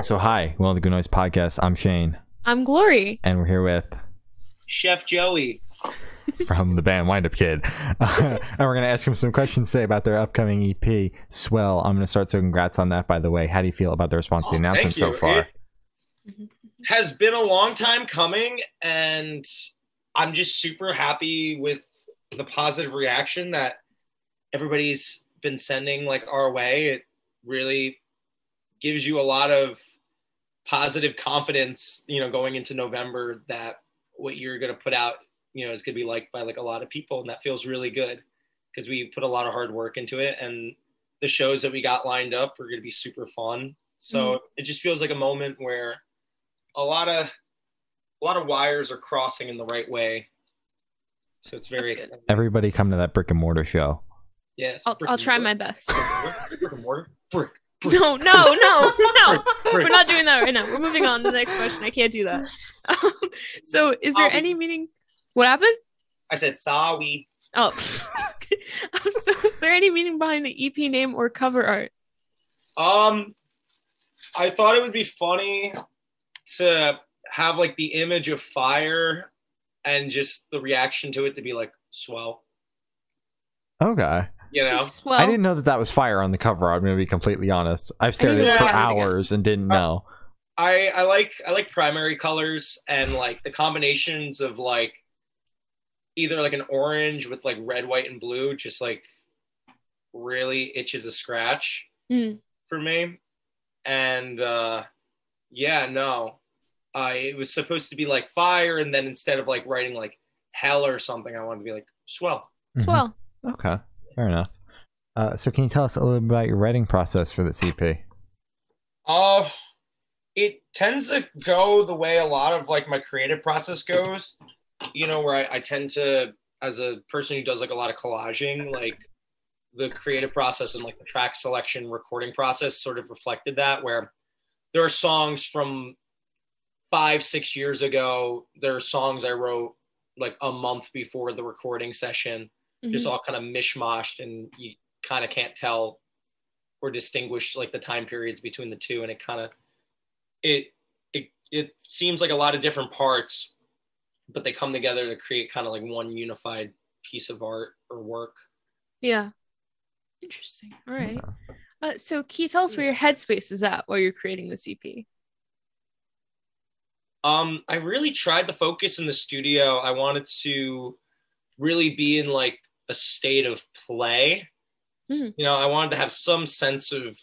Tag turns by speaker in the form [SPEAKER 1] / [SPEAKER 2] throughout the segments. [SPEAKER 1] So hi, welcome to the Good Noise Podcast. I'm Shane,
[SPEAKER 2] I'm Glory.
[SPEAKER 1] and we're here with
[SPEAKER 3] Chef Joey.
[SPEAKER 1] from the band Wind Up Kid, and we're gonna ask him some questions today about their upcoming EP, Swell. I'm gonna start. So congrats on that, by the way. How do you feel about the response to the
[SPEAKER 3] Oh,
[SPEAKER 1] announcement
[SPEAKER 3] thank
[SPEAKER 1] so
[SPEAKER 3] you.
[SPEAKER 1] far?
[SPEAKER 3] It has been a long time coming, and I'm just super happy with the positive reaction that everybody's been sending like our way. It really gives you a lot of positive confidence, you know, going into November that what you're going to put out, you know, is going to be liked by like a lot of people, and that feels really good because we put a lot of hard work into it, and the shows that we got lined up are going to be super fun. So
[SPEAKER 2] Mm-hmm.
[SPEAKER 3] it just feels like a moment where a lot of a lot of wires are crossing in the right way. So it's very
[SPEAKER 2] That's good.
[SPEAKER 1] Everybody come to that brick and mortar show.
[SPEAKER 3] yes.
[SPEAKER 2] I'll, I'll try my best.
[SPEAKER 3] brick and mortar. Brick. brick,
[SPEAKER 2] No, no, no, no.
[SPEAKER 3] brick.
[SPEAKER 2] We're not doing that right now. We're moving on to the next question. I can't do that. Um, so, is there
[SPEAKER 3] Um,
[SPEAKER 2] any meaning? What happened?
[SPEAKER 3] I said sawi.
[SPEAKER 2] Oh, Um, so is there any meaning behind the EP name or cover art?
[SPEAKER 3] Um, I thought it would be funny to have like the image of fire and just the reaction to it to be like swell.
[SPEAKER 1] Okay,
[SPEAKER 3] You know,
[SPEAKER 2] Well,
[SPEAKER 1] I didn't know that that was fire on the cover. I'm gonna be completely honest. I've stared at
[SPEAKER 2] even
[SPEAKER 1] it
[SPEAKER 2] know
[SPEAKER 1] for
[SPEAKER 2] that was a good-
[SPEAKER 1] hours and
[SPEAKER 3] Oh.
[SPEAKER 1] didn't know.
[SPEAKER 3] I I like I like primary colors and like the combinations of like either like an orange with like red, white, and blue just like really itches a scratch
[SPEAKER 2] Mm.
[SPEAKER 3] for me. And uh yeah, no. I it was supposed to be like fire and then instead of like writing like hell or something, I wanted to be like swell.
[SPEAKER 2] Swell.
[SPEAKER 1] Mm-hmm. Okay, fair enough. Uh, so can you tell us a little bit about your writing process for this E EP?
[SPEAKER 3] Uh, it tends to go the way a lot of like my creative process goes. You know, where I, I tend to, as a person who does like a lot of collaging, like the creative process and like the track selection recording process sort of reflected that where there are songs from five six years ago there are songs i wrote like a month before the recording session just
[SPEAKER 2] Mhm.
[SPEAKER 3] all kind of mishmashed and you kind of can't tell or distinguish like the time periods between the two and it kind of it it it seems like a lot of different parts but they come together to create kind of like one unified piece of art or work
[SPEAKER 2] Yeah. Interesting. All right. Uh, so, can you tell us where your headspace is at while you're creating this E EP?
[SPEAKER 3] Um, I really tried to focus in the studio. I wanted to really be in like a state of play.
[SPEAKER 2] Mhm.
[SPEAKER 3] You know, I wanted to have some sense of,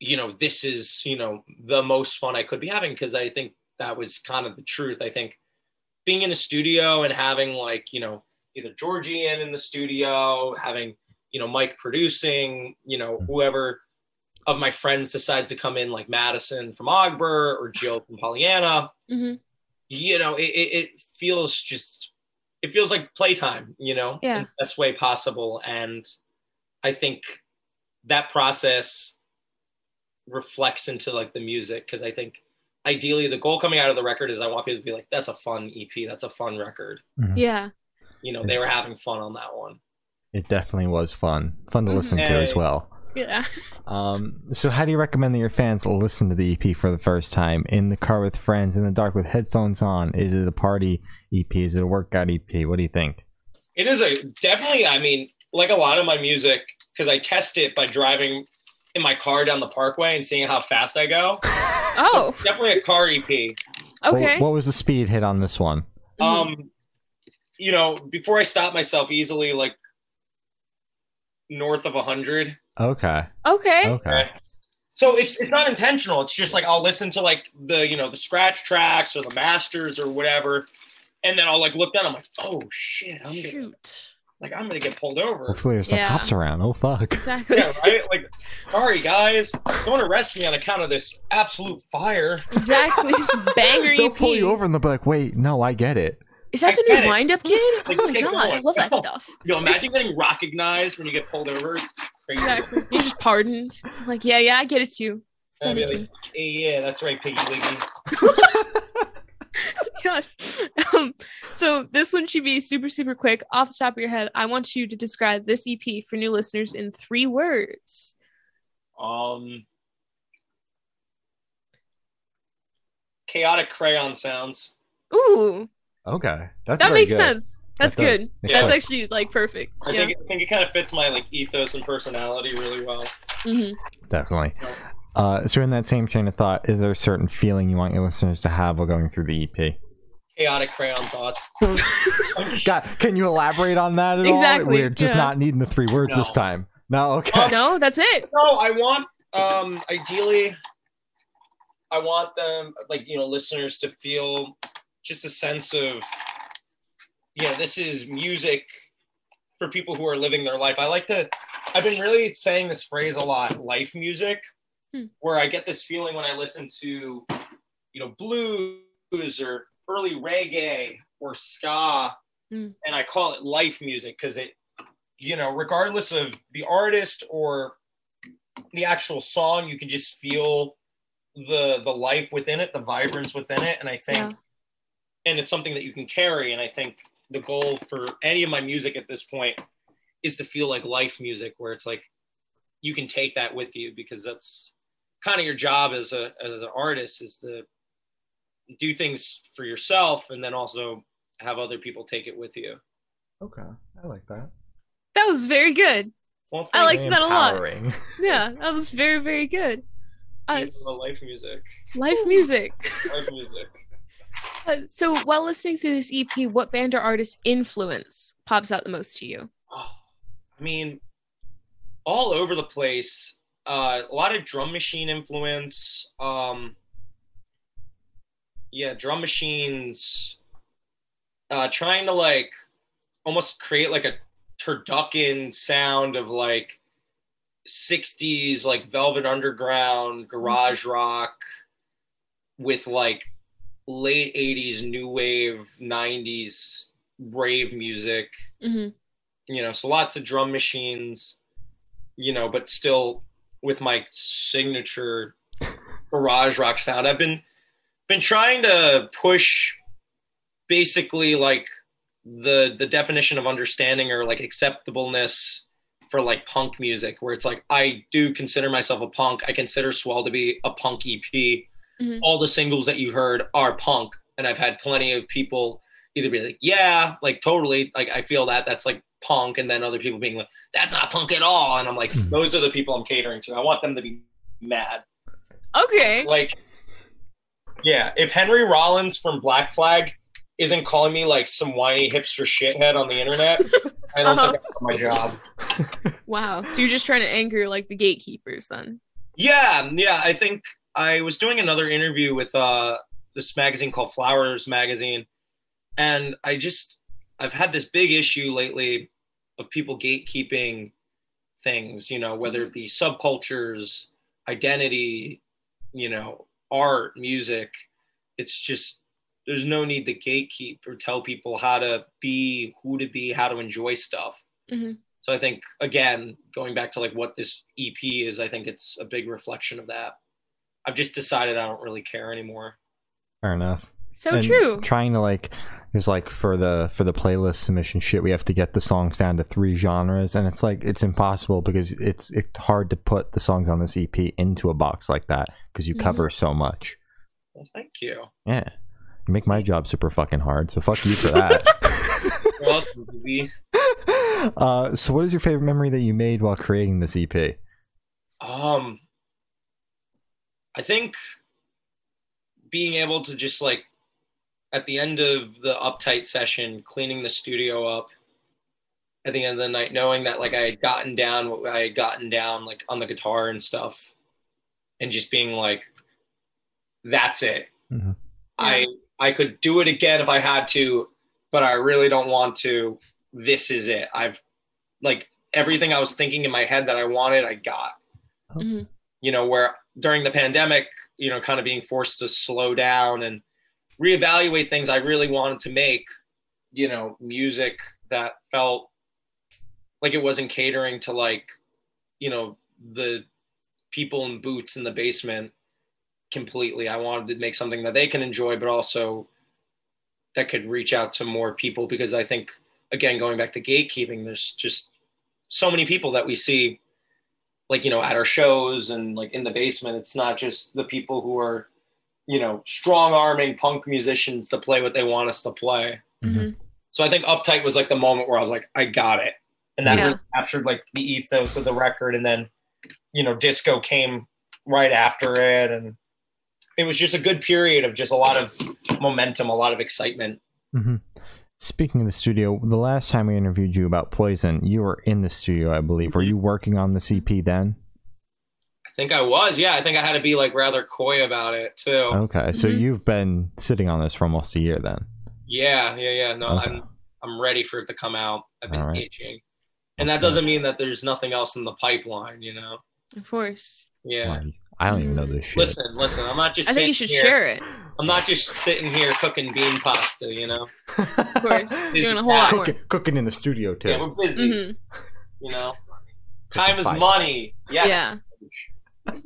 [SPEAKER 3] you know, this is, you know, the most fun I could be having because I think that was kind of the truth. I think being in a studio and having like, you know, either Georgie in in the studio, having, you know, Mike producing, you know, whoever of my friends decides to come in, like Madison from Ogburn or Jill from Pollyanna,
[SPEAKER 2] hmm
[SPEAKER 3] you know, it, it, it feels just, it feels like playtime, you know,
[SPEAKER 2] Yeah.
[SPEAKER 3] in the best way possible. And I think that process reflects into like the music because I think ideally the goal coming out of the record is I want people to be like, that's a fun EP, that's a fun record.
[SPEAKER 2] Yeah.
[SPEAKER 3] You know, they were having fun on that one.
[SPEAKER 1] It definitely was fun. Fun to
[SPEAKER 3] Mm-hmm.
[SPEAKER 2] Mhm.
[SPEAKER 1] listen to as
[SPEAKER 3] Hey.
[SPEAKER 1] well.
[SPEAKER 2] Yeah.
[SPEAKER 1] Um, so, how do you recommend that your fans listen to the EP for the first time? In the car with friends, in the dark with headphones on? Is it a party EP? Is it a workout EP? What do you think?
[SPEAKER 3] It is a definitely. I mean, like a lot of my music, because I test it by driving in my car down the parkway and seeing how fast I go.
[SPEAKER 2] Oh,
[SPEAKER 3] Definitely a car E EP.
[SPEAKER 1] What-
[SPEAKER 2] okay.
[SPEAKER 1] What, was the speed hit on this one?
[SPEAKER 2] Mhm.
[SPEAKER 3] Um, you know, before I stop myself easily, like north of hundred.
[SPEAKER 1] Okay.
[SPEAKER 2] okay.
[SPEAKER 1] Okay.
[SPEAKER 3] So it's it's not intentional. It's just like I'll listen to like the you know the scratch tracks or the masters or whatever, and then I'll like look down. I'm like, oh shit, I'm gonna,
[SPEAKER 2] Shoot.
[SPEAKER 3] like I'm gonna get pulled over.
[SPEAKER 1] Hopefully, there's no
[SPEAKER 2] Yeah.
[SPEAKER 1] cops around. Oh, fuck.
[SPEAKER 2] Exactly.
[SPEAKER 3] yeah, right? Like, sorry guys, don't arrest me on account of this absolute fire.
[SPEAKER 2] Exactly. This banger
[SPEAKER 1] They'll
[SPEAKER 2] EP.
[SPEAKER 1] pull you over and they'll be like, wait, no, I get it.
[SPEAKER 2] Is that
[SPEAKER 3] I
[SPEAKER 2] the
[SPEAKER 3] get
[SPEAKER 2] new
[SPEAKER 3] it.
[SPEAKER 2] wind up kid? Oh
[SPEAKER 3] Like,
[SPEAKER 2] my
[SPEAKER 3] take
[SPEAKER 2] god,
[SPEAKER 3] one.
[SPEAKER 2] I love that
[SPEAKER 3] No.
[SPEAKER 2] stuff.
[SPEAKER 3] You know, imagine getting recognized when you get pulled over. Crazy.
[SPEAKER 2] Exactly. You're just pardoned. It's like, yeah, yeah, I get it too.
[SPEAKER 3] And I'd be
[SPEAKER 2] Done it
[SPEAKER 3] like, "Hey, yeah, that's right, Piggy Wiggy.
[SPEAKER 2] Oh God. Um, so this one should be super, super quick. Off the top of your head, I want you to describe this EP for new listeners in three words.
[SPEAKER 3] Um, chaotic crayon sounds.
[SPEAKER 2] Ooh,
[SPEAKER 1] Okay, that's
[SPEAKER 2] that
[SPEAKER 1] very
[SPEAKER 2] makes
[SPEAKER 1] good.
[SPEAKER 2] sense. That's
[SPEAKER 1] That does.
[SPEAKER 2] good.
[SPEAKER 1] Makes
[SPEAKER 2] That's
[SPEAKER 1] sense.
[SPEAKER 2] actually like perfect.
[SPEAKER 3] I
[SPEAKER 2] Yeah.
[SPEAKER 3] think I think it kind of fits my like ethos and personality really well.
[SPEAKER 2] Mhm.
[SPEAKER 1] Definitely.
[SPEAKER 3] Yeah.
[SPEAKER 1] Uh, so in that same train of thought, is there a certain feeling you want your listeners to have while going through the E EP?
[SPEAKER 3] Chaotic crayon thoughts.
[SPEAKER 1] God, can you elaborate on that at all?
[SPEAKER 2] Exactly,
[SPEAKER 1] We're just
[SPEAKER 2] yeah.
[SPEAKER 1] not needing the three words this
[SPEAKER 3] No.
[SPEAKER 1] time. No, okay.
[SPEAKER 3] Oh,
[SPEAKER 2] No, that's it.
[SPEAKER 3] no, I want um ideally I want them like you know listeners to feel just a sense of you know this is music for people who are living their life. I like to I've been really saying this phrase a lot, life music,
[SPEAKER 2] Hmm.
[SPEAKER 3] where I get this feeling when I listen to you know blues or early reggae or ska
[SPEAKER 2] Hmm.
[SPEAKER 3] and I call it life music because it you know regardless of the artist or the actual song you can just feel the the life within it the vibrance within it and i think
[SPEAKER 2] Yeah.
[SPEAKER 3] and it's something that you can carry and i think the goal for any of my music at this point is to feel like life music where it's like you can take that with you because that's kind of your job as a as an artist is to do things for yourself and then also have other people take it with you
[SPEAKER 1] Okay, I like that.
[SPEAKER 2] That was very good.
[SPEAKER 3] well
[SPEAKER 2] I
[SPEAKER 3] thank
[SPEAKER 2] liked that a lot.
[SPEAKER 1] Empowering.
[SPEAKER 2] Yeah, that was very very good. Uh,
[SPEAKER 3] you
[SPEAKER 2] s-
[SPEAKER 3] for life music
[SPEAKER 2] live music.
[SPEAKER 3] life music
[SPEAKER 2] Uh, so while listening through this EP, what band or artist influence pops out the most to you?
[SPEAKER 3] Oh, I mean, all over the place. Uh, a lot of drum machine influence. Um, yeah, drum machines. Uh, trying to like almost create like a turducken sound of like 60s like velvet underground garage rock with like late 80s new wave 90s rave music
[SPEAKER 2] hmm
[SPEAKER 3] Mm-hmm. you know, so lots of drum machines, you know, but still with my signature garage rock sound. I've been been trying to push basically like the the definition of understanding or like acceptableness for like punk music where it's like I do consider myself a punk. I consider Swell to be a punk EP.
[SPEAKER 2] Mhm.
[SPEAKER 3] All the singles that you heard are punk and I've had plenty of people either be like, yeah, like totally, like I feel that that's like punk, and then other people being like, that's not punk at all, and I'm like,
[SPEAKER 1] Hmm.
[SPEAKER 3] those are the people I'm catering to. I want them to be mad.
[SPEAKER 2] Okay.
[SPEAKER 3] Like, yeah, if Henry Rollins from Black Flag isn't calling me like some whiny hipster shithead on the internet, I don't
[SPEAKER 2] Uh-huh.
[SPEAKER 3] think I'm my job.
[SPEAKER 2] Wow. So you're just trying to anger like the gatekeepers then?
[SPEAKER 3] Yeah, yeah. I think I was doing another interview with uh, this magazine called Flowers Magazine, and I just I've had this big issue lately of people gatekeeping things. You know, whether it be subcultures, identity, you know, art, music. It's just there's no need to gatekeep or tell people how to be, who to be, how to enjoy stuff.
[SPEAKER 2] Mhm.
[SPEAKER 3] So I think again, going back to like what this EP is, I think it's a big reflection of that. I've just decided I don't really care anymore.
[SPEAKER 1] Fair enough.
[SPEAKER 2] So
[SPEAKER 1] And
[SPEAKER 2] true.
[SPEAKER 1] Trying to like, it's like for the for the playlist submission shit, we have to get the songs down to three genres, and it's like it's impossible because it's it's hard to put the songs on this EP into a box like that because you
[SPEAKER 2] Mhm.
[SPEAKER 1] cover so much.
[SPEAKER 3] Well, thank you.
[SPEAKER 1] Yeah, you make my job super fucking hard. So fuck you for that.
[SPEAKER 3] You're welcome, baby.
[SPEAKER 1] uh, so what is your favorite memory that you made while creating this E EP?
[SPEAKER 3] Um, I think being able to just like at the end of the uptight session, cleaning the studio up at the end of the night, knowing that like I had gotten down what I had gotten down like on the guitar and stuff, and just being like, that's it.
[SPEAKER 1] Mhm.
[SPEAKER 3] I I could do it again if I had to, but I really don't want to. This is it. I've like everything I was thinking in my head that I wanted, I got
[SPEAKER 2] Mhm.
[SPEAKER 3] you know, where during the pandemic, you know, kind of being forced to slow down and reevaluate things I really wanted to make, you know, music that felt like it wasn't catering to like, you know, the people in boots in the basement completely. I wanted to make something that they can enjoy, but also that could reach out to more people because I think, again, going back to gatekeeping, there's just so many people that we see like you know at our shows and like in the basement it's not just the people who are you know, strong arming punk musicians to play what they want us to play.
[SPEAKER 2] Mm-hmm.
[SPEAKER 1] Mhm.
[SPEAKER 3] So I think Uptight was like the moment where I was like, I got it. And that
[SPEAKER 2] Yeah.
[SPEAKER 3] really captured like the ethos of the record. And then, you know, disco came right after it. And it was just a good period of just a lot of momentum, a lot of excitement.
[SPEAKER 1] hmm Speaking of the studio, the last time we interviewed you about Poison, you were in the studio, I believe.
[SPEAKER 3] Mm-hmm.
[SPEAKER 1] Were you working on the CP then?
[SPEAKER 3] I think I was. Yeah. I think I had to be like rather coy about it too.
[SPEAKER 1] Okay, so
[SPEAKER 2] Mhm.
[SPEAKER 1] you've been sitting on this for almost a year then.
[SPEAKER 3] Yeah. Yeah. Yeah. No,
[SPEAKER 1] Okay.
[SPEAKER 3] I'm, I'm ready for it to come out. I've been
[SPEAKER 1] All right.
[SPEAKER 3] itching. And that
[SPEAKER 1] Okay.
[SPEAKER 3] doesn't mean that there's nothing else in the pipeline, you know?
[SPEAKER 2] Of course.
[SPEAKER 3] Yeah.
[SPEAKER 1] Wow, I don't even know this shit.
[SPEAKER 3] Mm-hmm. Listen, listen. I'm not just.
[SPEAKER 2] I think you
[SPEAKER 3] sitting
[SPEAKER 2] should
[SPEAKER 3] here-
[SPEAKER 2] share it.
[SPEAKER 3] I'm not just sitting here cooking bean pasta, you know.
[SPEAKER 2] Of course. You're doing a whole lot more.
[SPEAKER 1] cooking, cooking in the studio too.
[SPEAKER 3] Yeah, we're busy,
[SPEAKER 2] Mhm.
[SPEAKER 3] you know. Time is
[SPEAKER 1] fight.
[SPEAKER 3] money. Yes.
[SPEAKER 2] Yeah.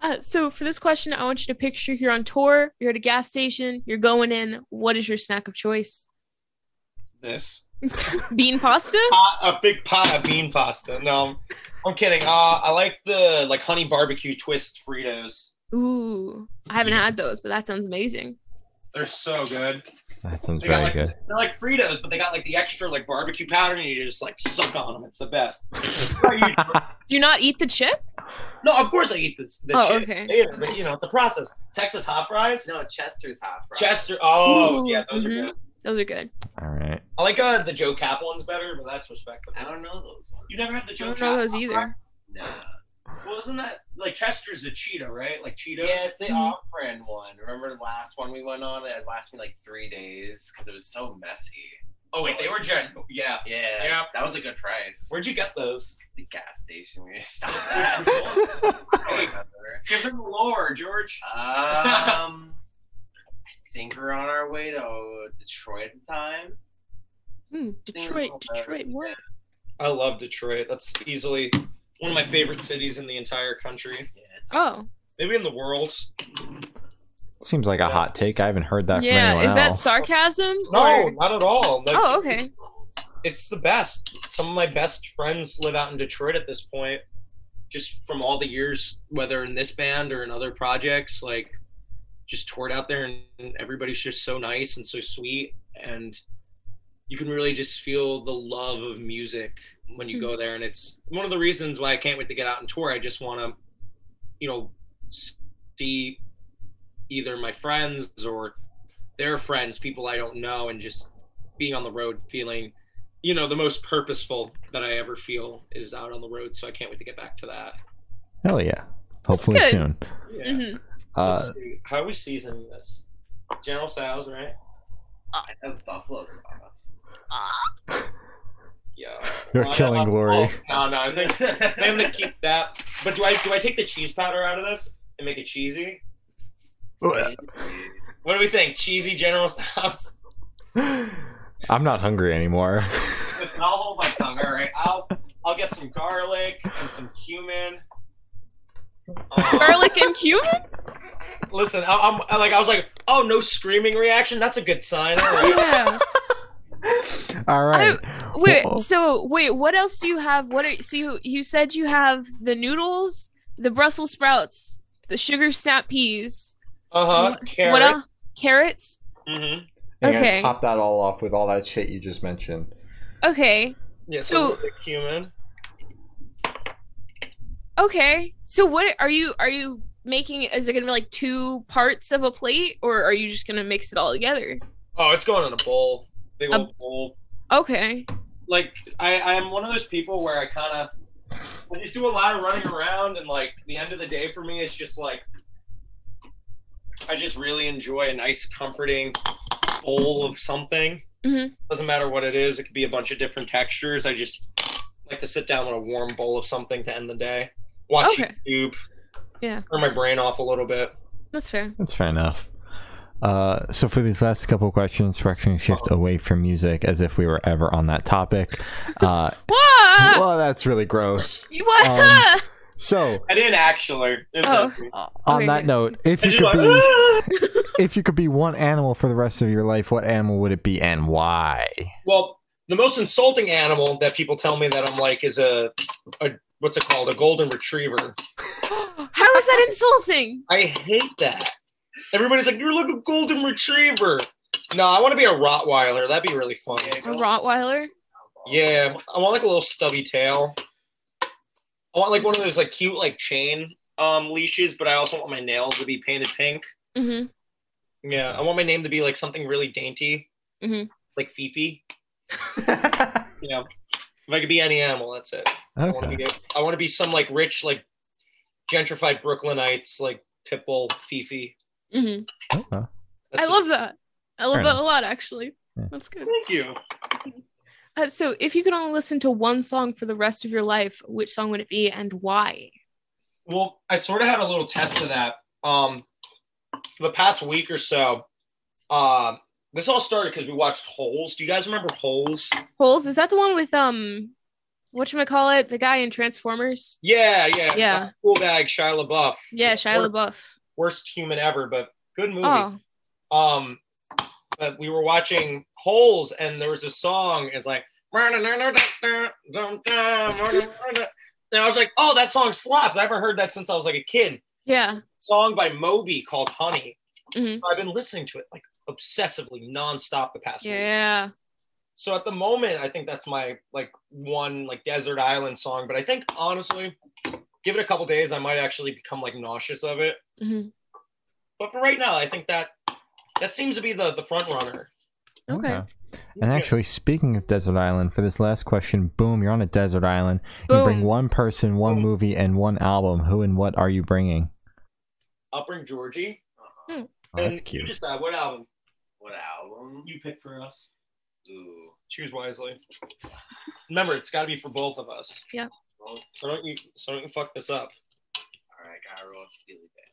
[SPEAKER 2] Uh, so for this question, I want you to picture you're on tour, you're at a gas station, you're going in. What is your snack of choice?
[SPEAKER 3] This
[SPEAKER 2] Bean pasta?
[SPEAKER 3] pot, a big pot of bean pasta. No, I'm, I'm kidding. Uh, I like the like honey barbecue twist Fritos.
[SPEAKER 2] Ooh, I haven't had those, but that sounds amazing.
[SPEAKER 3] They're so good.
[SPEAKER 1] That sounds
[SPEAKER 3] They got,
[SPEAKER 1] very
[SPEAKER 3] like,
[SPEAKER 1] good.
[SPEAKER 3] They're like Fritos, but they got like the extra like barbecue powder, and you just like suck on them. It's the best. Are you-
[SPEAKER 2] Do you not eat the chip?
[SPEAKER 3] no, of course I eat this. The
[SPEAKER 2] Oh,
[SPEAKER 3] shit
[SPEAKER 2] okay.
[SPEAKER 3] later, but you know it's a process. Texas hot fries.
[SPEAKER 4] No, Chester's hot fries.
[SPEAKER 3] Chester. Oh
[SPEAKER 2] Ooh,
[SPEAKER 3] yeah, those
[SPEAKER 2] mhm.
[SPEAKER 3] are good.
[SPEAKER 2] Those are good.
[SPEAKER 1] All right.
[SPEAKER 3] I like uh, the Joe Cap ones better, but that's respectable.
[SPEAKER 4] I don't know those ones.
[SPEAKER 3] You never had the Joe
[SPEAKER 2] I don't
[SPEAKER 3] Cap.
[SPEAKER 2] know those
[SPEAKER 3] hot
[SPEAKER 2] either.
[SPEAKER 3] fries?
[SPEAKER 4] Nah.
[SPEAKER 3] Well, isn't that like Chester's a cheetah, right? Like Cheetos.
[SPEAKER 4] Yeah, it's the
[SPEAKER 2] Mhm.
[SPEAKER 4] off-brand one. Remember the last one we went on? It lasted me like three days because it was so messy.
[SPEAKER 3] Oh wait, they were gen. Yeah.
[SPEAKER 4] Yeah,
[SPEAKER 3] Yeah.
[SPEAKER 4] that was a good price.
[SPEAKER 3] Where'd you get those?
[SPEAKER 4] the gas station. We stopped at. I don't remember.
[SPEAKER 3] Give them the lore, George.
[SPEAKER 4] Um, I think we're on our way to Detroit in time.
[SPEAKER 2] Hmm, Detroit, Detroit, what?
[SPEAKER 3] I love Detroit. That's easily one of my favorite cities in the entire country,
[SPEAKER 4] Yeah, it's
[SPEAKER 2] Oh,
[SPEAKER 3] maybe in the world.
[SPEAKER 1] Seems like a hot take. I haven't heard that from
[SPEAKER 2] yeah.
[SPEAKER 1] anyone
[SPEAKER 2] Is that
[SPEAKER 1] else.
[SPEAKER 2] sarcasm?
[SPEAKER 3] No,
[SPEAKER 2] or-
[SPEAKER 3] not at all. Like,
[SPEAKER 2] Oh, okay.
[SPEAKER 3] it's the best. Some of my best friends live out in Detroit at this point, just from all the years, whether in this band or in other projects. Like, just toured out there, and everybody's just so nice and so sweet, and you can really just feel the love of music when you go there. And it's one of the reasons why I can't wait to get out and tour. I just want to, you know, see either my friends or their friends, people I don't know, and just being on the road feeling you know the most purposeful that i ever feel is out on the road so i can't wait to get back to that
[SPEAKER 1] Hell yeah. Hopefully
[SPEAKER 2] good.
[SPEAKER 1] soon.
[SPEAKER 3] yeah
[SPEAKER 2] Mhm.
[SPEAKER 1] Uh,
[SPEAKER 3] how are we seasoning this general Sal's, right
[SPEAKER 4] I have buffalo sauce.
[SPEAKER 3] yeah
[SPEAKER 1] You're killing glory.
[SPEAKER 3] Oh, no no i think i'm gonna keep that but do i do i take the cheese powder out of this and make it cheesy what do we think cheesy general Sal's?
[SPEAKER 1] I'm not hungry anymore.
[SPEAKER 3] Listen, i'll hold my tongue all right i'll i'll get some garlic and some cumin Um,
[SPEAKER 2] Garlic and cumin?
[SPEAKER 3] Listen, I, I'm I, like I was like, oh, no screaming reaction. That's a good sign. All right.
[SPEAKER 2] Yeah.
[SPEAKER 1] All right.
[SPEAKER 2] Wait.
[SPEAKER 1] Well,
[SPEAKER 2] So wait, what else do you have? What are so you? You said you have the noodles, the Brussels sprouts, the sugar snap peas.
[SPEAKER 3] Uh huh.
[SPEAKER 2] What- What else? Carrots.
[SPEAKER 3] hmm
[SPEAKER 1] you're gonna
[SPEAKER 2] okay.
[SPEAKER 1] top that all off with all that shit you just mentioned.
[SPEAKER 2] Okay.
[SPEAKER 3] Yeah.
[SPEAKER 2] So-
[SPEAKER 3] So, cumin.
[SPEAKER 2] Okay. So what are you? Are you making? Is it gonna be like two parts of a plate, or are you just gonna mix it all together?
[SPEAKER 3] Oh, it's going in a bowl. Big
[SPEAKER 2] A-
[SPEAKER 3] old bowl.
[SPEAKER 2] Okay.
[SPEAKER 3] Like I, I'm one of those people where I kind of, I just do a lot of running around, and like the end of the day for me, it's just like, I just really enjoy a nice, comforting bowl of something.
[SPEAKER 2] Mhm.
[SPEAKER 3] Doesn't matter what it is. It could be a bunch of different textures. I just like to sit down with a warm bowl of something to end the day. Watch
[SPEAKER 2] Okay.
[SPEAKER 3] YouTube.
[SPEAKER 2] Yeah.
[SPEAKER 3] Turn my brain off a little bit.
[SPEAKER 2] That's fair.
[SPEAKER 1] That's fair enough. Uh, so for these last couple of questions, we're actually gonna shift away from music as if we were ever on that topic. Uh,
[SPEAKER 2] Whoa!
[SPEAKER 1] well, that's really gross.
[SPEAKER 2] You what?
[SPEAKER 1] Um, So uh,
[SPEAKER 3] I didn't actually. It
[SPEAKER 2] Oh.
[SPEAKER 3] was-
[SPEAKER 1] on
[SPEAKER 2] Okay,
[SPEAKER 1] that
[SPEAKER 2] good.
[SPEAKER 1] note, if
[SPEAKER 3] I
[SPEAKER 1] you
[SPEAKER 3] just
[SPEAKER 1] could
[SPEAKER 3] like,
[SPEAKER 1] be
[SPEAKER 3] "Ah!"
[SPEAKER 1] if you could be one animal for the rest of your life, what animal would it be and why?
[SPEAKER 3] Well, the most insulting animal that people tell me that I'm like is a a, what's it called? A golden retriever.
[SPEAKER 2] How is that insulting?
[SPEAKER 3] I hate that. Everybody's like, you're like a golden retriever. No, I want to be a Rottweiler. That'd be really fun.
[SPEAKER 2] A Rottweiler?
[SPEAKER 3] Yeah, I want like a little stubby tail. I want like one of those like cute like chain um leashes, but I also want my nails to be painted pink.
[SPEAKER 2] hmm
[SPEAKER 3] Yeah, I want my name to be like something really dainty,
[SPEAKER 2] Mhm.
[SPEAKER 3] like Fifi. You know, if I could be any animal, that's it. I want to
[SPEAKER 1] Okay.
[SPEAKER 3] be. I want to be some like rich, like gentrified Brooklynites, like Pitbull, Fifi.
[SPEAKER 2] hmm
[SPEAKER 1] okay.
[SPEAKER 2] I
[SPEAKER 3] That's it.
[SPEAKER 2] love that. I love
[SPEAKER 1] Fair
[SPEAKER 2] that
[SPEAKER 1] enough.
[SPEAKER 2] a lot, actually.
[SPEAKER 1] Yeah.
[SPEAKER 2] That's good.
[SPEAKER 3] Thank you.
[SPEAKER 2] Uh, so, if you could only listen to one song for the rest of your life, which song would it be and why?
[SPEAKER 3] Well, I sort of had a little test of that. Um, for the past week or so, um, this all started because we watched Holes. Do you guys remember Holes?
[SPEAKER 2] Holes, is that the one with um, what you call it? The guy in Transformers?
[SPEAKER 3] Yeah, yeah,
[SPEAKER 2] Yeah.
[SPEAKER 3] Cool bag, Shia LaBeouf.
[SPEAKER 2] Yeah, Shia
[SPEAKER 3] Worst-
[SPEAKER 2] LaBeouf.
[SPEAKER 3] Worst human ever, but good movie.
[SPEAKER 2] Oh,
[SPEAKER 3] Um, but we were watching Holes, and there was a song. It's like, and I was like, oh, that song slaps. I haven't heard that since I was like a kid.
[SPEAKER 2] yeah.
[SPEAKER 3] Song by Moby called Honey.
[SPEAKER 2] Mhm.
[SPEAKER 3] So I've been listening to it like obsessively, nonstop the past week.
[SPEAKER 2] Yeah.
[SPEAKER 3] So at the moment, I think that's my like one like desert island song. But I think honestly, give it a couple days, I might actually become like nauseous of it.
[SPEAKER 2] Mhm.
[SPEAKER 3] But for right now, I think that that seems to be the the front runner.
[SPEAKER 2] Okay.
[SPEAKER 1] And actually, speaking of desert island, for this last question, boom, you're on a desert island. You bring
[SPEAKER 2] Boom.
[SPEAKER 1] one person, one
[SPEAKER 3] Boom.
[SPEAKER 1] movie, and one album. Who and what are you bringing?
[SPEAKER 3] I'll bring Georgie.
[SPEAKER 1] Oh, that's
[SPEAKER 3] And You
[SPEAKER 1] cute.
[SPEAKER 3] decide what album
[SPEAKER 4] What album?
[SPEAKER 3] you pick for us.
[SPEAKER 4] Ooh.
[SPEAKER 3] Choose wisely. Remember, it's got to be for both of us.
[SPEAKER 4] Well,
[SPEAKER 3] So don't you so don't you fuck this up.
[SPEAKER 4] all right, gotta roll Steely Dan.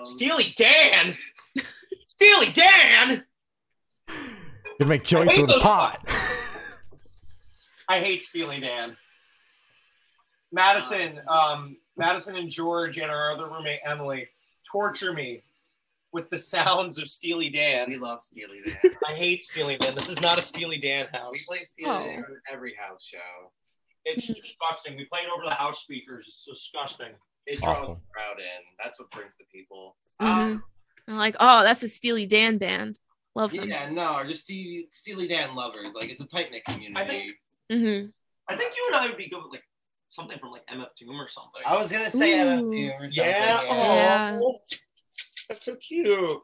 [SPEAKER 4] Um,
[SPEAKER 3] Steely Dan. Steely Dan.
[SPEAKER 1] You make joints
[SPEAKER 3] hate
[SPEAKER 1] with a
[SPEAKER 3] those-
[SPEAKER 1] pot.
[SPEAKER 3] I hate Steely Dan. Madison, um, Madison and George and our other roommate Emily torture me with the sounds of Steely
[SPEAKER 4] We
[SPEAKER 3] Dan.
[SPEAKER 4] love Steely Dan.
[SPEAKER 3] I hate Steely Dan. This is not a Steely Dan
[SPEAKER 4] we
[SPEAKER 3] house.
[SPEAKER 4] play Steely
[SPEAKER 2] Oh.
[SPEAKER 4] Dan on every house show.
[SPEAKER 3] It's disgusting. We play it over the house speakers. It's disgusting.
[SPEAKER 4] It draws
[SPEAKER 1] Awful.
[SPEAKER 4] the crowd in. That's what brings the people.
[SPEAKER 2] Mhm.
[SPEAKER 4] Um,
[SPEAKER 2] I'm like, oh, that's a Steely Dan band. Love them.
[SPEAKER 4] yeah, no, just Steely, Steely Dan lovers. Like it's a tight knit community. I,
[SPEAKER 3] think-
[SPEAKER 2] hmm
[SPEAKER 3] I think you and I would be good with like something from like MF Doom or something.
[SPEAKER 4] was gonna say
[SPEAKER 2] Ooh.
[SPEAKER 4] MFD or something.
[SPEAKER 3] yeah.
[SPEAKER 4] Oh,
[SPEAKER 2] Yeah.
[SPEAKER 3] aw. That's so cute.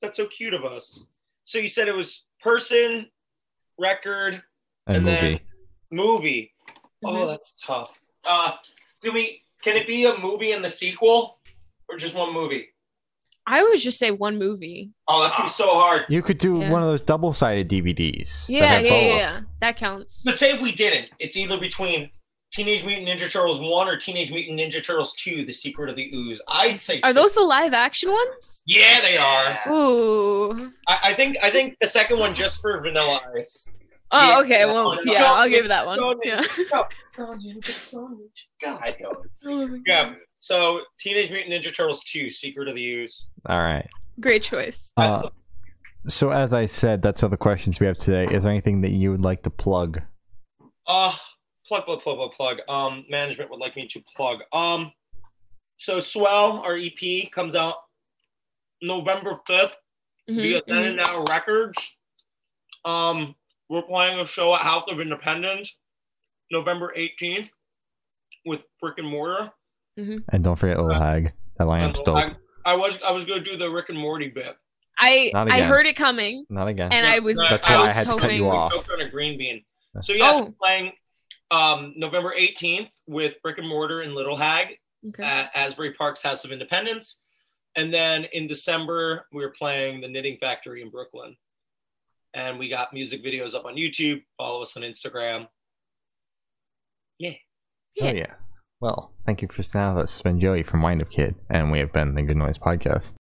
[SPEAKER 3] That's so cute of us. So you said it was person, record,
[SPEAKER 1] And,
[SPEAKER 3] And then-
[SPEAKER 1] movie.
[SPEAKER 3] movie.
[SPEAKER 2] Mm-hmm.
[SPEAKER 3] Oh, that's tough. Uh, do we? Can it be a movie and the sequel, or just one movie?
[SPEAKER 2] I always just say one movie.
[SPEAKER 3] Oh, that's gonna be so hard.
[SPEAKER 1] You could do
[SPEAKER 2] Yeah.
[SPEAKER 1] one of those double sided DVDs. that
[SPEAKER 2] Yeah,
[SPEAKER 1] have
[SPEAKER 2] yeah, yeah,
[SPEAKER 1] both.
[SPEAKER 2] yeah. That counts.
[SPEAKER 3] But say if we didn't, it's either between Teenage Mutant Ninja Turtles one or Teenage Mutant Ninja Turtles two: The Secret of the Ooze. I'd say.
[SPEAKER 2] Are
[SPEAKER 3] two.
[SPEAKER 2] those the live action ones?
[SPEAKER 3] Yeah, they are.
[SPEAKER 4] Yeah.
[SPEAKER 2] Ooh.
[SPEAKER 3] I, I think. I think the second one just for Vanilla Ice.
[SPEAKER 2] Oh,
[SPEAKER 4] Yeah,
[SPEAKER 2] okay.
[SPEAKER 4] that
[SPEAKER 2] Well,
[SPEAKER 4] one.
[SPEAKER 2] yeah,
[SPEAKER 3] Go,
[SPEAKER 2] I'll give that one.
[SPEAKER 3] go,
[SPEAKER 2] Yeah.
[SPEAKER 3] Go, Ninja, go, Ninja, go.
[SPEAKER 4] I know it's.
[SPEAKER 3] Yeah. So Teenage Mutant Ninja Turtles two: Secret of the Ooze.
[SPEAKER 1] All right.
[SPEAKER 2] Great choice.
[SPEAKER 1] Uh, so, as I said, that's all the questions we have today. Is there anything that you would like to plug?
[SPEAKER 3] Uh plug, plug, plug, plug, plug. Um, management would like me to plug. Um, so Swell, our EP, comes out November 5th via
[SPEAKER 2] Mhm,
[SPEAKER 3] Then and Now Records. Um, we're playing a show at House of Independence November 18th with Brick and Mortar.
[SPEAKER 1] And don't forget Little Uh, Hag. That lineup's
[SPEAKER 3] And I,
[SPEAKER 1] dope.
[SPEAKER 3] I was I was gonna do the Rick and Morty bit.
[SPEAKER 2] I
[SPEAKER 1] Not
[SPEAKER 2] I
[SPEAKER 1] again.
[SPEAKER 2] heard it coming,
[SPEAKER 1] Not again.
[SPEAKER 2] and I was
[SPEAKER 3] That's
[SPEAKER 2] I
[SPEAKER 3] why I
[SPEAKER 2] was
[SPEAKER 1] had to
[SPEAKER 2] hoping.
[SPEAKER 1] cut you off.
[SPEAKER 3] Choked on a green bean. So yes,
[SPEAKER 2] Oh.
[SPEAKER 3] we're playing um, November 18th with Brick and Mortar and Little Hag.
[SPEAKER 2] Okay.
[SPEAKER 3] at Asbury Park's House of Independence. And then in December, we were playing the Knitting Factory in Brooklyn. And we got music videos up on YouTube. Follow us on Instagram.
[SPEAKER 1] Oh, yeah. Well, thank you for now. That's been Joey from Mind of Kid, and we have been the Good Noise Podcast.